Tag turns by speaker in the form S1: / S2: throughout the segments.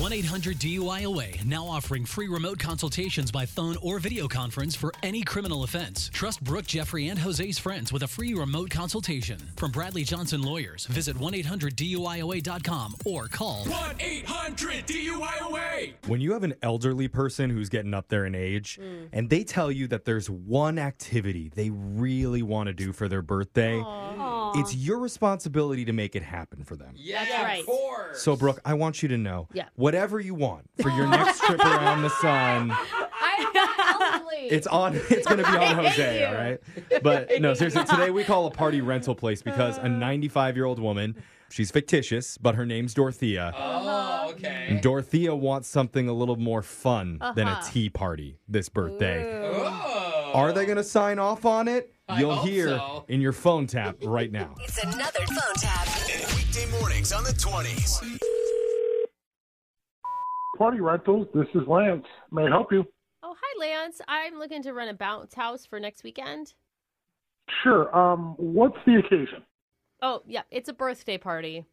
S1: 1 800 DUIOA now offering free remote consultations by phone or video conference for any criminal offense. Trust Brooke, Jeffrey, and Jose's friends with a free remote consultation. From Bradley Johnson Lawyers, visit 1 800 DUIOA.com or call
S2: 1 800 DUIOA.
S3: When you have an elderly person who's getting up there in age and they tell you that there's one activity they really want to do for their birthday, it's your responsibility to make it happen for them.
S2: Yes,
S4: right.
S2: of course.
S3: So, Brooke, I want you to know
S4: Yeah.
S3: whatever you want for your next trip around the sun,
S5: I am not elderly.
S3: it's on. It's going to be on Jose,
S4: you.
S3: all right? But no, seriously, today we call a party rental place because a 95 year old woman, she's fictitious, but her name's Dorothea.
S2: oh, okay.
S3: Dorothea wants something a little more fun than a tea party this birthday.
S2: Oh.
S3: Are they going to sign off on it?
S2: I
S3: You'll
S2: hope
S3: hear
S2: so.
S3: in your phone tap right now.
S6: It's another phone tap.
S7: Weekday mornings on the 20s.
S8: Party Rentals. This is Lance. May I help you?
S5: Oh, hi, Lance. I'm looking to rent a bounce house for next weekend.
S8: Sure. Um, what's the occasion?
S5: Oh, yeah, it's a birthday party.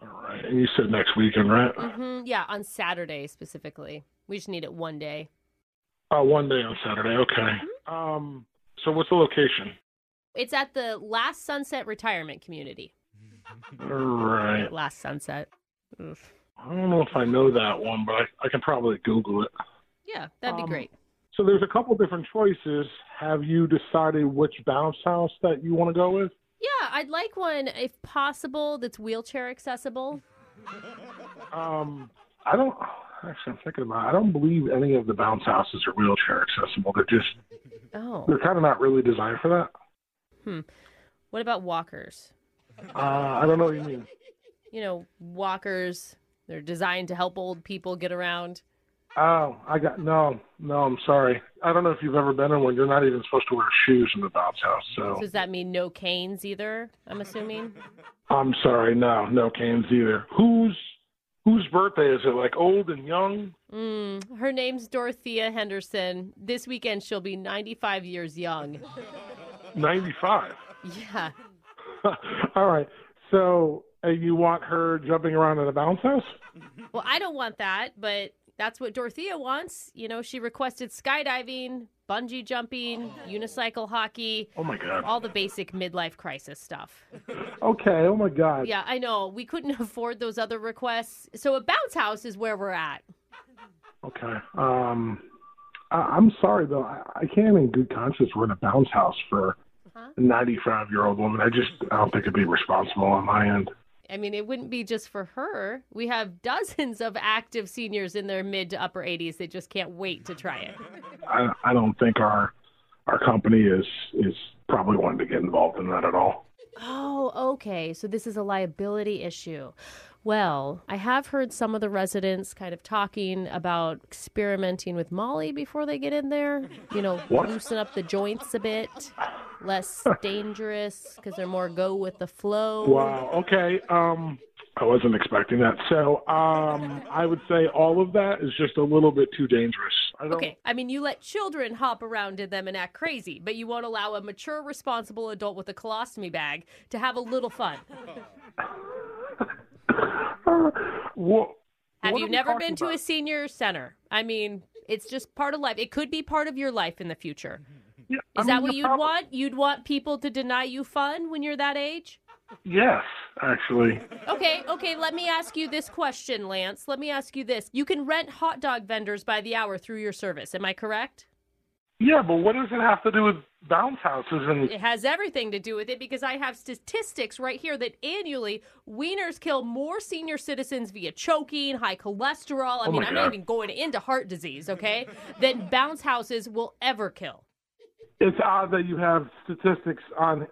S8: All right. You said next weekend, right?
S5: hmm Yeah, on Saturday specifically. We just need it one day.
S8: Uh, one day on Saturday. Okay. Um, so what's the location?
S5: It's at the Last Sunset Retirement Community.
S8: All right.
S5: Last Sunset. Oof.
S8: I don't know if I know that one, but I, I can probably Google it.
S5: Yeah, that'd be
S8: Um,
S5: great.
S8: So there's a couple different choices. Have you decided which bounce house that you want to go with?
S5: Yeah, I'd like one, if possible, that's wheelchair accessible.
S8: Um, I don't. Actually, I'm thinking about. It. I don't believe any of the bounce houses are wheelchair accessible. They're just.
S5: Oh.
S8: They're kind of not really designed for that.
S5: What about walkers?
S8: Uh, I don't know what you mean.
S5: You know, walkers, they're designed to help old people get around.
S8: Oh, I got no, no. I'm sorry. I don't know if you've ever been in one. You're not even supposed to wear shoes in the bounce house.
S5: So
S8: So
S5: does that mean no canes either? I'm assuming.
S8: I'm sorry. No, no cans either. Whose whose birthday is it? Like old and young?
S5: Mm, her name's Dorothea Henderson. This weekend she'll be 95 years young.
S8: Ninety five.
S5: Yeah.
S8: All right. So uh, you want her jumping around in a bounce house?
S5: Well, I don't want that, but that's what Dorothea wants. You know, she requested skydiving, bungee jumping, unicycle hockey,
S8: Oh my god.
S5: all the basic midlife crisis stuff.
S8: Okay. Oh my god.
S5: Yeah, I know. We couldn't afford those other requests. So a bounce house is where we're at.
S8: Okay. Um, I, I'm sorry though. I, I can't in good conscience run a bounce house for a 95 year old woman. I just I don't think it'd be responsible on my end.
S5: I mean, it wouldn't be just for her. We have dozens of active seniors in their mid to upper 80s. They just can't wait to try it.
S8: I, I don't think our our company is is probably wanting to get involved in that at all.
S5: Oh, okay. So this is a liability issue. Well, I have heard some of the residents kind of talking about experimenting with Molly before they get in there. You know,
S8: What?
S5: loosen up the joints a bit, less dangerous because they're more go with the flow.
S8: Wow. Okay. Um, I wasn't expecting that. So um, I would say all of that is just a little bit too dangerous. I don't,
S5: Okay, I mean, you let children hop around in them and act crazy, but you won't allow a mature, responsible adult with a colostomy bag to have a little fun.
S8: Uh, Wha-
S5: Have
S8: what
S5: you
S8: are we
S5: never
S8: talking
S5: been to a
S8: about?
S5: senior center? I mean, it's just part of life. It could be part of your life in the future.
S8: Yeah, Mm-hmm. I
S5: Is that
S8: mean,
S5: what
S8: the
S5: you'd
S8: problem-
S5: want? You'd want people to deny you fun when you're that age?
S8: Yes, actually.
S5: Okay, okay, let me ask you this question, Lance. Let me ask you this. You can rent hot dog vendors by the hour through your service. Am I correct?
S8: Yeah, but what does it have to do with bounce houses and
S5: It has everything to do with it because I have statistics right here that annually wieners kill more senior citizens via choking, high cholesterol. I
S8: Oh
S5: mean,
S8: my
S5: I'm
S8: God.
S5: not even going into heart disease, okay? than bounce houses will ever kill.
S8: it's odd that you have statistics on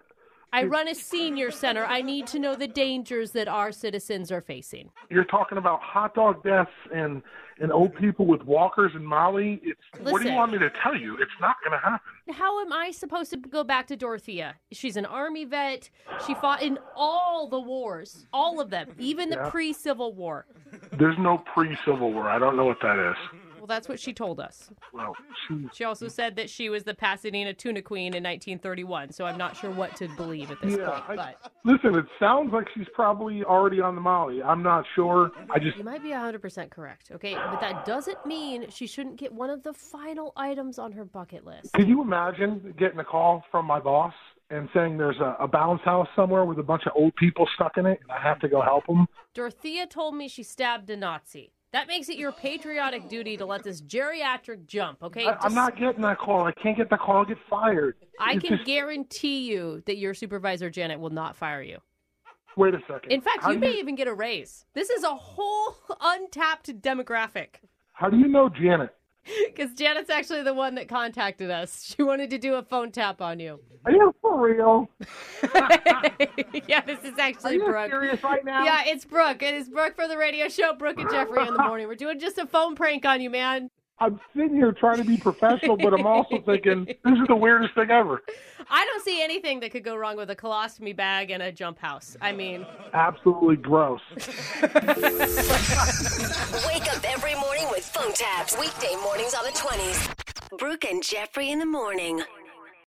S5: I run a senior center. I need to know the dangers that our citizens are facing.
S8: you're talking about hot dog deaths and and old people with walkers and Molly. It's, what do
S5: Listen.
S8: you want me to tell you? It's not going to happen.
S5: How am I supposed to go back to Dorothea? She's an army vet. She fought in all the wars, all of them, even the pre Civil War.
S8: There's no pre Civil War. I don't know what that is.
S5: Well, That's what she told us.
S8: Well, she,
S5: She also said that she was the Pasadena tuna queen in 1931, so I'm not sure what to believe at this
S8: Yeah,
S5: point.
S8: I-
S5: But
S8: listen, it sounds like she's probably already on the Molly. I'm not sure. I just
S5: you might be 100% correct, okay? But that doesn't mean she shouldn't get one of the final items on her bucket list.
S8: Could you imagine getting a call from my boss and saying there's a, a bounce house somewhere with a bunch of old people stuck in it and I have to go help them?
S5: Dorothea told me she stabbed a Nazi. That makes it your patriotic duty to let this geriatric jump, okay?
S8: I, I'm
S5: Just-
S8: not getting that call. I can't get that call. I'll get fired.
S5: I
S8: It's
S5: can
S8: just-
S5: guarantee you that your supervisor, Janet, will not fire you.
S8: Wait a second.
S5: In fact,
S8: how
S5: you
S8: do
S5: may even get a raise. This is a whole untapped demographic.
S8: How do you know Janet?
S5: Because Janet's actually the one that contacted us. She wanted to do a phone tap on you.
S8: Are you for real?
S5: yeah, this is
S8: Are
S5: actually
S8: you
S5: Brooke.
S8: serious right now?
S5: Yeah, it's Brooke. It is Brooke for the radio show, Brooke and Jeffrey in the morning. We're doing just a phone prank on you, man.
S8: I'm sitting here trying to be professional, but I'm also thinking this is the weirdest thing ever.
S5: I don't see anything that could go wrong with a colostomy bag and a jump house. I mean,
S8: Absolutely gross.
S4: Wake up every morning with phone taps. Weekday mornings on the 20s. Brooke and Jeffrey in the morning.